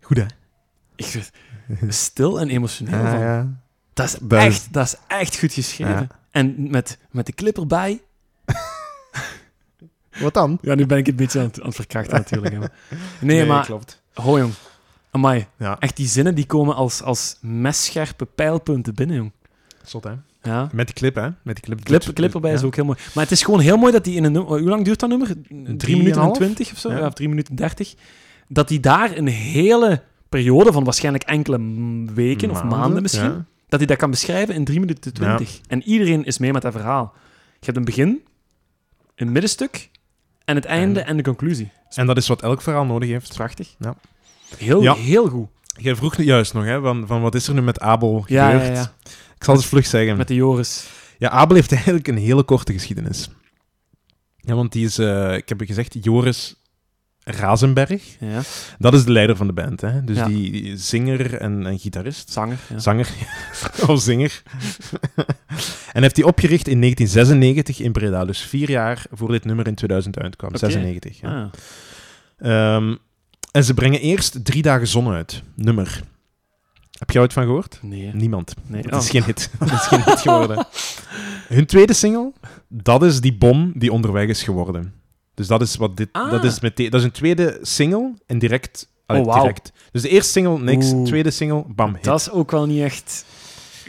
Goed, hè? Ik werd stil en emotioneel Ah, van. ja. Dat, is Dat is- echt, dat is echt goed geschreven. Ja. En met, met de clip erbij... Wat dan? Ja, nu ben ik het een beetje aan het, aan het verkrachten natuurlijk. hè, maar- Nee, maar... klopt. Ho, jong. Amai. Ja, Echt, die zinnen die komen als, als messcherpe pijlpunten binnen, jong. zot, hè? Ja. Met die clip, hè? Met die clip. Clip, clip erbij is Ja. ook heel mooi. Maar het is gewoon heel mooi dat die in een nummer... Hoe lang duurt dat nummer? Drie minuten en half? twintig of zo? Ja. Ja, of drie minuten en dertig. Dat die daar een hele periode van waarschijnlijk enkele m- weken of maanden misschien... ja. Dat hij dat kan beschrijven in 3 minuten 20. En iedereen is mee met dat verhaal. Je hebt een begin, een middenstuk en het einde En- en, de conclusie. En dat is wat elk verhaal nodig heeft. Prachtig. Ja. Heel, Ja. heel goed. Jij vroeg nu juist nog, hè, van, van wat is er nu met Abel Ja, ja, gebeurd? ja. Ik zal het vlug zeggen. Met de Joris. Ja, Abel heeft eigenlijk een hele korte geschiedenis. Ja, want die is, eh, ik heb je gezegd, Joris Razenberg. Ja. Dat is de leider van de band, hè. Dus Ja. die, die zinger en, en gitarist. Zanger. Ja. Zanger. of zinger. en heeft die opgericht in 1996 in Breda. Dus vier jaar voor dit nummer in 2000 uitkwam. Oké. 96, ja. Ah. Ehm, en ze brengen eerst drie dagen zon uit. Nummer. Heb jij ooit van gehoord? Nee. Niemand. nee. Het Oh. is geen hit. Het is geen hit geworden. Hun tweede single, dat is die bom die onderweg is geworden. Dus dat is wat dit... Ah. Dat, is meteen, dat is een tweede single en direct... allee, Oh, wauw. direct. Dus de eerste single, niks. Oeh. Tweede single, bam, hit. Dat is ook wel niet echt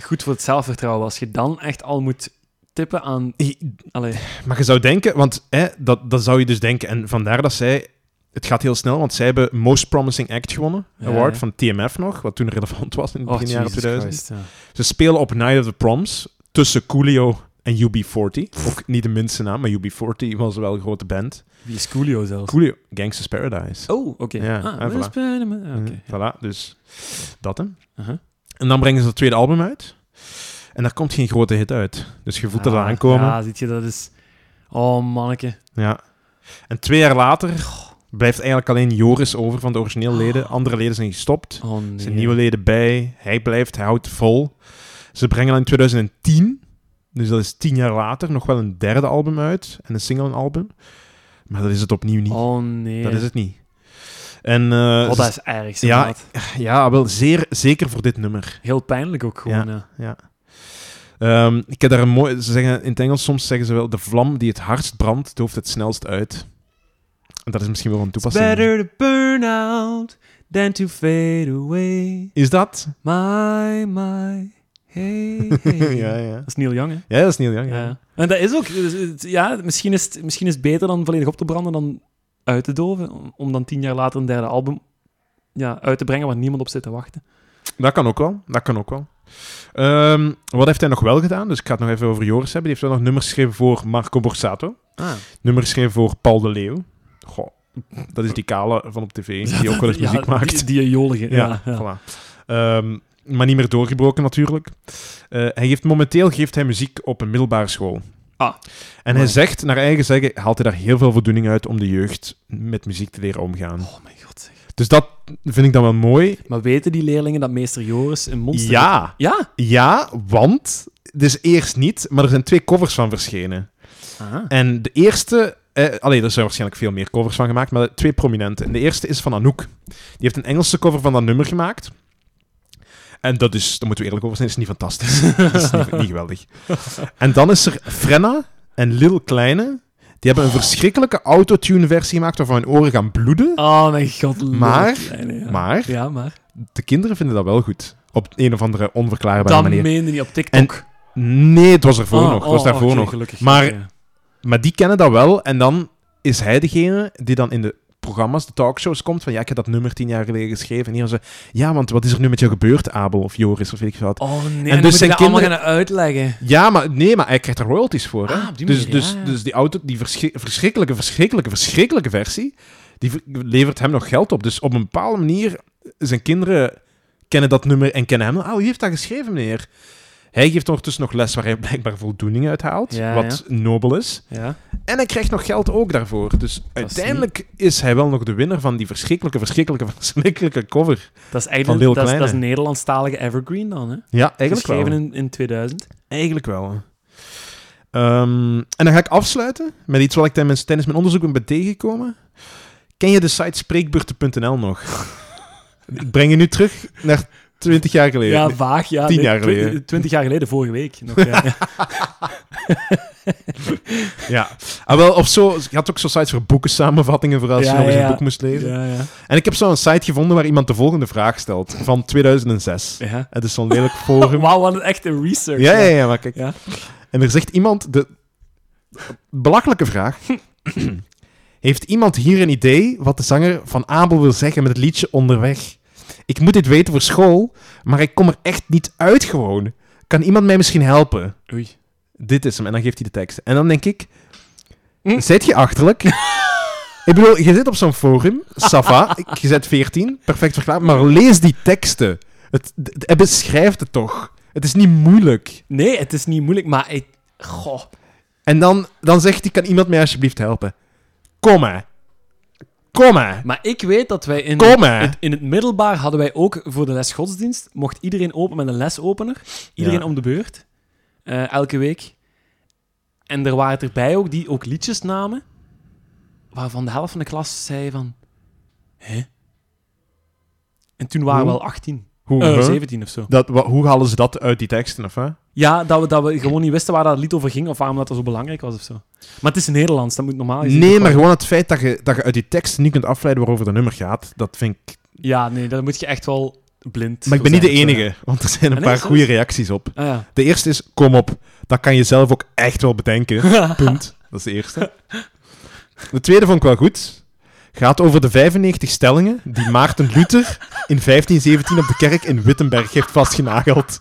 goed voor het zelfvertrouwen. Als je dan echt al moet tippen aan... I- Allee. Maar je zou denken, want hè, dat, dat zou je dus denken. En vandaar dat zij... Het gaat heel snel, want zij hebben Most Promising Act gewonnen. Ja, award ja. van TMF nog, wat toen relevant was in het Oh, begin jaren Jesus 2000. Christ, ja. Ze spelen op Night of the Proms tussen Coolio en UB40. Ook niet de minste naam, maar UB40 was wel een grote band. Wie is Coolio zelfs? Coolio, Gangsters Paradise. Oh, oké. Ja, Ah, en we're voilà. Spider-Man. Ah, oké. Voilà, dus dat hem. Uh-huh. En dan brengen ze het tweede album uit. En daar komt geen grote hit uit. Dus je voelt dat Ah, aankomen. Ja. Ja, ziet je, dat is... Oh, manneke. En twee jaar later blijft eigenlijk alleen Joris over van de originele leden. Andere leden zijn gestopt. Oh, nee. Er zijn nieuwe leden bij. Hij blijft, hij houdt vol. Ze brengen dan in 2010, dus dat is tien jaar later, nog wel een derde album uit. En een single album. Maar dat is het opnieuw niet. Oh, nee. Dat is het niet. En eh, Oh, ze- dat is erg, zeg Ja. maat. ja, wel zeer, zeker voor dit nummer. Heel pijnlijk ook gewoon, ja. Ehm, ik heb daar een mooi... Ze zeggen in het Engels soms zeggen ze wel... De vlam die het hardst brandt, dooft het snelst uit. En dat is misschien wel een It's toepassing. better to burn out than to fade away. Is dat? My, my, hey, hey. ja, ja. Dat is Neil Young, hè? Ja, dat is Neil Young. Ja. Ja. En dat is ook... dus het- Ja, misschien is, het, misschien is het beter dan volledig op te branden dan uit te doven. om- Om dan tien jaar later een derde album ja, uit te brengen waar niemand op zit te wachten. Dat kan ook wel. Dat kan ook wel. Ehm, wat heeft hij nog wel gedaan? Dus ik ga het nog even over Joris hebben. Die heeft wel nog nummers geschreven voor Marco Borsato. Ah. Nummers geschreven voor Paul de Leeuw. Goh, dat is die kale van op tv, die ook wel eens muziek maakt. Die, die jolige. ja, Ja, ja. voilà. Ehm, maar niet meer doorgebroken natuurlijk. Eh, hij geeft, momenteel geeft hij muziek op een middelbare school. Ah. En hij Mooi. zegt, naar eigen zeggen, haalt hij daar heel veel voldoening uit om de jeugd met muziek te leren omgaan. Oh mijn god. zeg. Dus dat vind ik dan wel mooi. Maar weten die leerlingen dat meester Joris een monster is? Ja, Ja? Ja, want. Dus eerst niet, maar er zijn twee covers van verschenen. Ah. En de eerste. Eh, allee, er zijn waarschijnlijk veel meer covers van gemaakt, maar twee prominente. En de eerste is van Anouk. Die heeft een Engelse cover van dat nummer gemaakt. En dat is, daar moeten we eerlijk over zijn, is niet fantastisch. dat is niet, niet geweldig. En dan is er Frenna en Lil Kleine. Die hebben een verschrikkelijke autotune-versie gemaakt waarvan hun oren gaan bloeden. Oh mijn god. leuk. Maar- Kleine, ja. Maar Ja, maar. de kinderen vinden dat wel goed. Op een of andere onverklaarbare Dat manier. meende niet op TikTok. Nee, het was ervoor nog. Het was oh, daarvoor oké, nog. Gelukkig, Maar- oké. Maar die kennen dat wel. En dan is hij degene die dan in de programma's, de talkshows komt. Van ja, ik heb dat nummer tien jaar geleden geschreven. En hier ze, ja, want wat is er nu met jou gebeurd, Abel of Joris of weet ik wat. Oh nee, dus en dus moet zijn zijn allemaal kinderen- gaan uitleggen. Ja, maar nee, maar hij krijgt er royalties voor. Hè? Ah, op die dus, manier, dus, ja, ja. dus die auto, die verschri- verschrikkelijke, verschrikkelijke, verschrikkelijke versie, die ver- levert hem nog geld op. Dus op een bepaalde manier, zijn kinderen kennen dat nummer en kennen hem. Oh, wie heeft dat geschreven, meneer? Hij geeft ondertussen nog les waar hij blijkbaar voldoening uit haalt, Ja, wat nobel is. Ja. En hij krijgt nog geld ook daarvoor. Dus uiteindelijk is hij wel nog de winnaar van die verschrikkelijke, verschrikkelijke, verschrikkelijke cover. Dat is Van Lil eigenlijk dus- dat is, dat is Kleine. Nederlandstalige Evergreen dan, hè? Ja, Geschreven in, in 2000. Eigenlijk wel. Ehm, en dan ga ik afsluiten met iets wat ik tijdens tijdens mijn onderzoek ben tegengekomen. Ken je de site spreekbeurten.nl nog? Ik breng je nu terug naar 20 jaar geleden. Ja, vaag. Ja, Tien Nee, jaar twi- geleden. Twintig jaar geleden, vorige week. Nog, ja. Ja. Ja. Ah, wel, of zo, je had ook zo'n sites voor boeken samenvattingen voor als Ja, je nog eens ja, een ja. boek moest lezen. Ja, ja. En ik heb zo'n site gevonden waar iemand de volgende vraag stelt van 2006. Ja. Het is zo'n lelijk forum. Wauw, wat een echte research. Ja, ja, ja, maar kijk. Ja. En er zegt iemand de belachelijke vraag. Heeft iemand hier een idee wat de zanger van Abel wil zeggen met het liedje Onderweg? Ik moet dit weten voor school, maar ik kom er echt niet uit gewoon. Kan iemand mij misschien helpen? Oei. Dit is hem. En dan geeft hij de tekst. En dan denk ik... Hm? Zet je achterlijk? ik bedoel, je zit op zo'n forum. Safa, je zet 14. Perfect verklaard. Maar lees die teksten. Het, het, het beschrijft het toch. Het is niet moeilijk. Nee, het is niet moeilijk, maar ik... Goh. En dan, dan zegt hij, kan iemand mij alsjeblieft helpen? Kom hè. Kom hè. Maar ik weet dat wij in... Kom hè. Het- in het middelbaar hadden wij ook voor de les godsdienst, mocht iedereen open met een lesopener. Iedereen Ja. om de beurt. eh, elke week. En er waren erbij ook die ook liedjes namen, waarvan de helft van de klas zei van... Hè? En toen waren we Hoe? al 18, Hoe, eh, huh? 17 of zo. dat, wa- hoe halen ze dat uit die teksten? Of, hè? Ja, dat we, dat we gewoon niet wisten waar dat lied over ging of waarom dat, dat zo belangrijk was of zo. Maar het Ah, is Nederlands, dat moet normaal gezien Nee, toch maar wel- gewoon het feit dat je, dat je uit die teksten niet kunt afleiden waarover de nummer gaat, dat vind ik... Ja, nee, daar moet je echt wel blind Maar ik ben voor niet de zijn, of zo. enige, want er zijn een Ah, paar nee, goede zelfs- reacties op. Ah, ja. De eerste is, kom op, dat kan je zelf ook echt wel bedenken. Punt. Dat is de eerste. De tweede vond ik wel goed. Gaat over de 95 stellingen die Maarten Luther in 1517 op de kerk in Wittenberg heeft vastgenageld.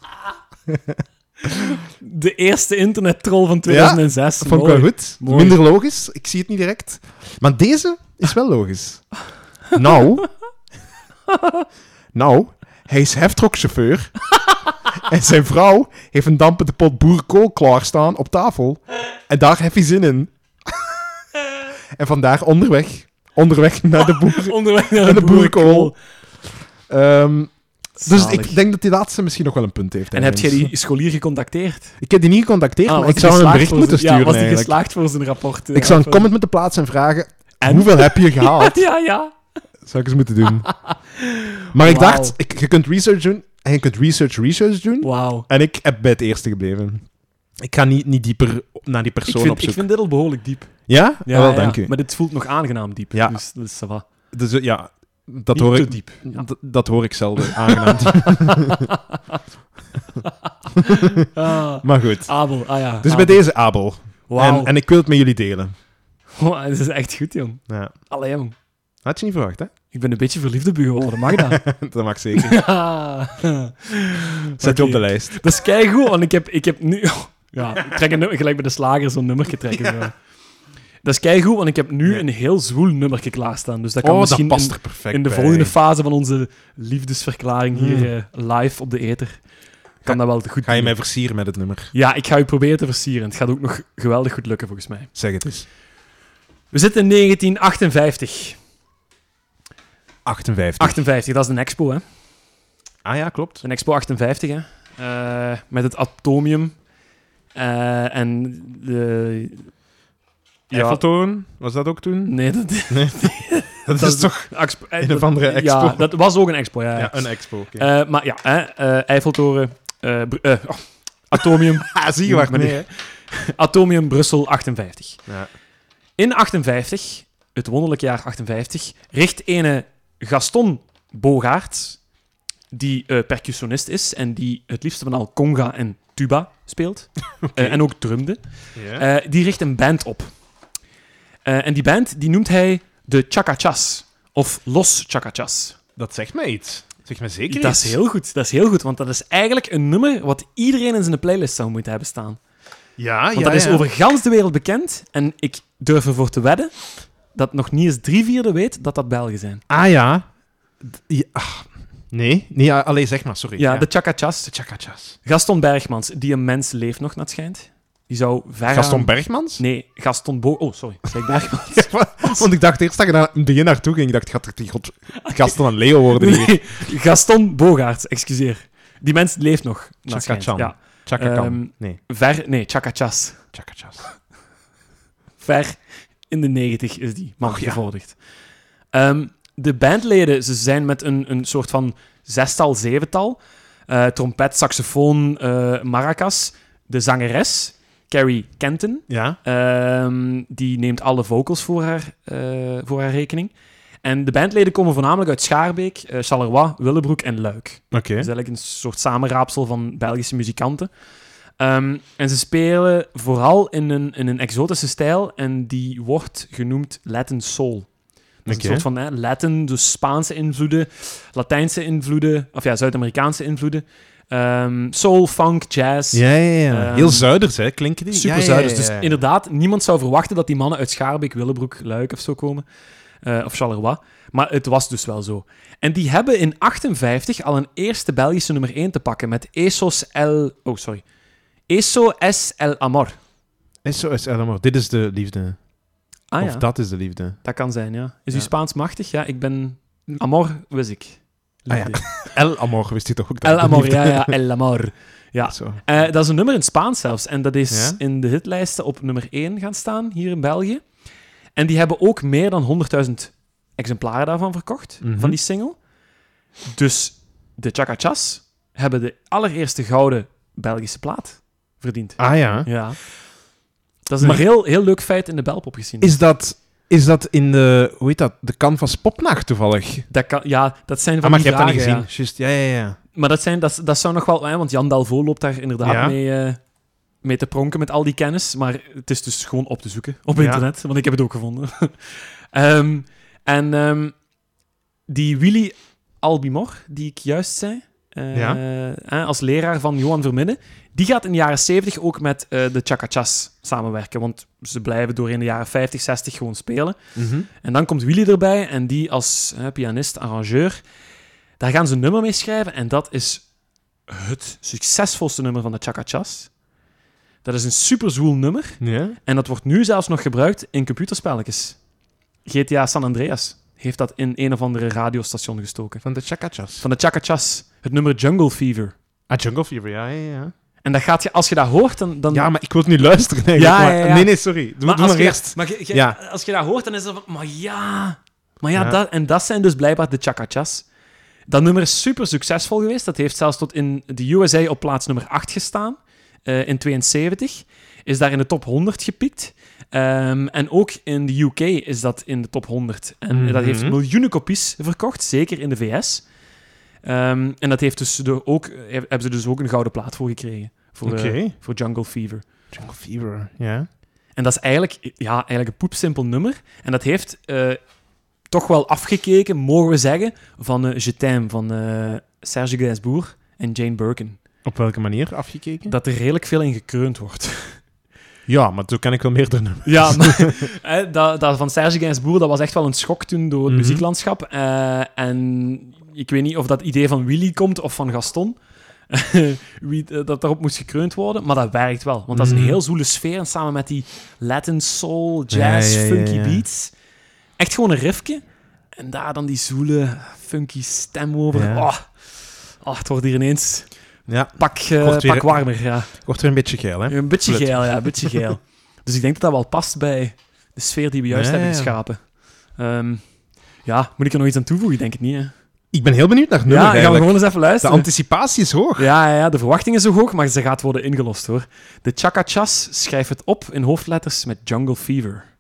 De eerste internettroll van 2006. Dat vond ik wel Mooi. goed. Mooi. Minder logisch, ik zie het niet direct. Maar deze is wel logisch. Nou, nou hij is heftruckchauffeur en zijn vrouw heeft een dampende pot boerenkool klaarstaan op tafel. En daar heb je zin in. en vandaar onderweg. Onderweg naar de boer. Onderweg naar En de de boerenkool. boerenkool. Ehm, dus Zalig. ik denk dat die laatste misschien nog wel een punt heeft. En heb jij ergens. die scholier gecontacteerd? Ik heb die niet gecontacteerd, Ah, maar was ik die zou hem een bericht geslaagd voor moeten zijn- sturen Ja, was die eigenlijk. geslaagd voor zijn rapport? Ik ja, zou een van- comment moeten plaatsen en vragen... En? Hoeveel heb je gehaald? Ja, ja. zou ik eens moeten doen. Maar ik Wauw. dacht, ik, je kunt research doen en je kunt research research doen. Wauw. En ik heb bij het eerste gebleven. Ik ga niet, niet dieper op- naar die Ik persoon op vind, zoek. ik vind dit al behoorlijk diep. Ja? Ah, wel, dank u. Maar dit voelt nog aangenaam diep. Ja. Dus, dus ça va. Dus eh, ja, dat Niet hoor te ik, diep. Ja. d- dat hoor ik zelden. Aangenaam. Ah, maar goed. Abel, ah ja. Dus bij Abel. deze Abel. Wauw. En, en ik wil het met jullie delen. Wow, dit is echt goed, jong. Ja. Allee, jong. Had je niet verwacht, hè? Ik ben een beetje verliefd op u geworden, mag dat? dat mag zeker. Zet je Oké. Oh, op de lijst. Dat is keigoed, want ik heb, ik heb nu... Ja, ik trek een nummer, gelijk bij de slager zo'n nummertje trekken. zo. Dat is keigoed, want ik heb nu Ja. een heel zwoel nummertje klaarstaan. Dus dat kan Oh, dat misschien past in, er perfect in de bij. volgende fase van onze liefdesverklaring hier Hmm. eh, live op de ether. Kan Ga- dat wel goed Ga je doen. mij versieren met het nummer? Ja, ik ga u proberen te versieren. Het gaat ook nog geweldig goed lukken, volgens mij. Zeg het eens. We zitten in 1958. 58. 58, dat is een expo, hè? Ah ja, klopt. Een Expo 58, hè? Eh, met het atomium. Eh, en de. Eiffeltoren, was dat ook toen? Nee, dat, Dat, Dat is is- toch expo, eh, Een of andere dat- expo. Ja, dat was ook een expo, ja. ja, een expo. oké. Eh, maar ja, hè, eh, Eiffeltoren, eh, Bru- eh, oh, Atomium, ah, zie je, meneer. Atomium Brussel 58. Ja. In 58, het wonderlijke jaar 58, richt ene Gaston Bogaert, die eh, percussionist is en die het liefste van al conga en tuba speelt, eh, en ook drumde, Ja. eh, die richt een band op. Eh, en die band die noemt hij de Chacachas, of Los Chacachas. dat zegt mij iets. Zeg mij zeker Dat iets. is heel goed, dat is heel goed, want dat is eigenlijk een nummer wat iedereen in zijn playlist zou moeten hebben staan. Ja, Want ja, dat is Ah, ja. over gans de wereld bekend en ik durf ervoor te wedden dat nog niet eens drie vierde weet dat dat Belgen zijn. Ah ja. D- ja, ah. Nee, nee ja, allee, zeg maar, sorry. Ja, de Chakachas. Chakachas. Gaston Bergmans, die een mens leeft nog, naar het schijnt. Die zou ver Gaston aan- Bergmans? Nee, Gaston Bo... Oh, sorry, zei ik Bergmans? Ja, wa- Want ik dacht eerst dat je daar in het begin naartoe ging. Ik dacht, gaat er die god Gaston en Leo worden hier? Nee, Gaston Bogaerts, excuseer. Die mens leeft nog, naar het schijnt. Chakachan. Ja. Chakakan. Ehm, nee, Ver... Nee, Chakachas. Chakachas. ver in de 90 is die man Och, ja. gevorderd. Ehm, de bandleden, ze zijn met een, een soort van zestal, zevental. Eh, trompet, saxofoon, eh, maracas. De zangeres, Carrie Kenton, Ja. ehm, die neemt alle vocals voor haar, eh, voor haar rekening. En de bandleden komen voornamelijk uit Schaarbeek, eh, Charleroi, Willebroek en Luik. Oké. Het is eigenlijk een soort samenraapsel van Belgische muzikanten. Ehm, en ze spelen vooral in een, in een exotische stijl en die wordt genoemd Latin Soul. Dat is Oké. een soort van hè, Latin, dus Spaanse invloeden, Latijnse invloeden, of ja, Zuid-Amerikaanse invloeden. Ehm, soul, funk, jazz. Ja, ja, ja. Ehm, Heel zuiders, hè? Klinken die? Super Ja, ja, zuiders. ja, ja, ja. Dus inderdaad, niemand zou verwachten dat die mannen uit Schaarbeek, Willebroek, Luik of zo komen. Eh, of Charleroi. Maar het was dus wel zo. En die hebben in 58 al een eerste Belgische nummer 1 te pakken met Esos El... Oh, sorry. Eso es el amor. SOS El Amor. Dit is de liefde. Ah Of ja, dat... dat is de liefde. kan zijn, ja. Is Ja. u Spaans machtig? Ja, ik ben... Amor, wist ik. Ah ja. Liefde. El Amor wist hij toch ook? dat El het amor, liefde- ja, ja, el amor. ja. Zo. Eh, dat is een nummer in het Spaans zelfs. En dat is Ja? in de hitlijsten op nummer 1 gaan staan hier in België. En die hebben ook meer dan 100.000 exemplaren daarvan verkocht, Mhm. van die single. Dus de Chacachas hebben de allereerste gouden Belgische plaat verdiend. Ah ja. Ja. Dat is een Maar- heel, heel leuk feit in de Belpop gezien. Is dat, is dat in de, hoe heet dat, de canvas popnacht toevallig? Dat kan, ja, dat zijn van Ah, maar je die hebt dat niet vragen, gezien. ja. Juist, ja, ja, ja. Maar dat, zijn, dat, dat zou nog wel... hè, Want Jan Dalvo loopt daar inderdaad Ja. mee, eh, mee te pronken met al die kennis. Maar het is dus gewoon op te zoeken op Ja. internet. Want ik heb het ook gevonden. Ehm, en ehm, die Willy Albimor, die ik juist zei... eh, Ja. hè, als leraar van Johan Vermidden. Die gaat in de jaren 70 ook met eh, de Chacachas samenwerken. Want ze blijven doorheen de jaren 50, 60 gewoon spelen. Mhm. En dan komt Willy erbij en die als hè, pianist, arrangeur, daar gaan ze een nummer mee schrijven. En dat is het succesvolste nummer van de Chacachas. Dat is een superzwoel nummer ja. en dat wordt nu zelfs nog gebruikt in computerspelletjes. GTA San Andreas heeft dat in een of andere radiostation gestoken. Van de Chacachas. Van de Chacachas, het nummer Jungle Fever. Ah, Jungle Fever, ja, ja, ja. En dat gaat je, als je dat hoort, dan... dan Ja, maar ik wil het nu luisteren eigenlijk. Ja, maar- ja, ja. Nee, nee, sorry. Doe, maar doe als maar je, eerst. Maar je- je- Ja. als je dat hoort, dan is dat van... Maar ja... Maar ja, Ja. Dat, en dat zijn dus blijkbaar de Chacachas. Dat nummer is super succesvol geweest. Dat heeft zelfs tot in de USA op plaats nummer 8 gestaan. eh, in 72. Is daar in de top 100 gepiekt. Ehm, en ook in de UK is dat in de top 100. En dat heeft Mhm. miljoenen kopies verkocht. Zeker in de VS. Ehm, en dat heeft dus de, ook, hebben ze dus ook een gouden plaat voor gekregen. Voor, eh, Oké. voor Jungle Fever. Jungle Fever, ja. En dat is eigenlijk, ja, eigenlijk een poepsimpel nummer. En dat heeft eh, toch wel afgekeken, mogen we zeggen, van eh Je t'aime van eh, Serge Gainsbourg en Jane Birkin. Op welke manier afgekeken? Dat er redelijk veel in gekreund wordt. Ja, maar toen kan ik wel meerdere nummers. Ja, maar eh, dat, dat van Serge Gainsbourg, dat was echt wel een schok toen door het Mhm. muzieklandschap. Eh, en ik weet niet of dat idee van Willy komt of van Gaston. Wie, eh, dat daarop moest gekreund worden, maar dat werkt wel. Want dat is een Mhm. heel zoele sfeer en samen met die Latin soul, jazz, Ja, ja, ja, funky ja. beats. Echt gewoon een riffje. En daar dan die zoele, funky stem over. Ja. Oh. Oh, het wordt hier ineens Ja, pak, eh, Wordt weer- pak warmer. Ja. ik word weer een beetje geil, hè. Een beetje Blut. geel, ja, een beetje geel. dus ik denk dat dat wel past bij de sfeer die we Ja, juist hebben ja. geschapen. Ehm, ja, moet ik er nog iets aan toevoegen? Ik denk het niet, hè? Ik ben heel benieuwd naar het nummer Ja, gaan we eigenlijk. gewoon eens even De luisteren. anticipatie is hoog. Ja, ja, ja, de verwachting is zo hoog, maar ze gaat worden ingelost, hoor. De Chacachas schrijft het op in hoofdletters met Jungle Fever.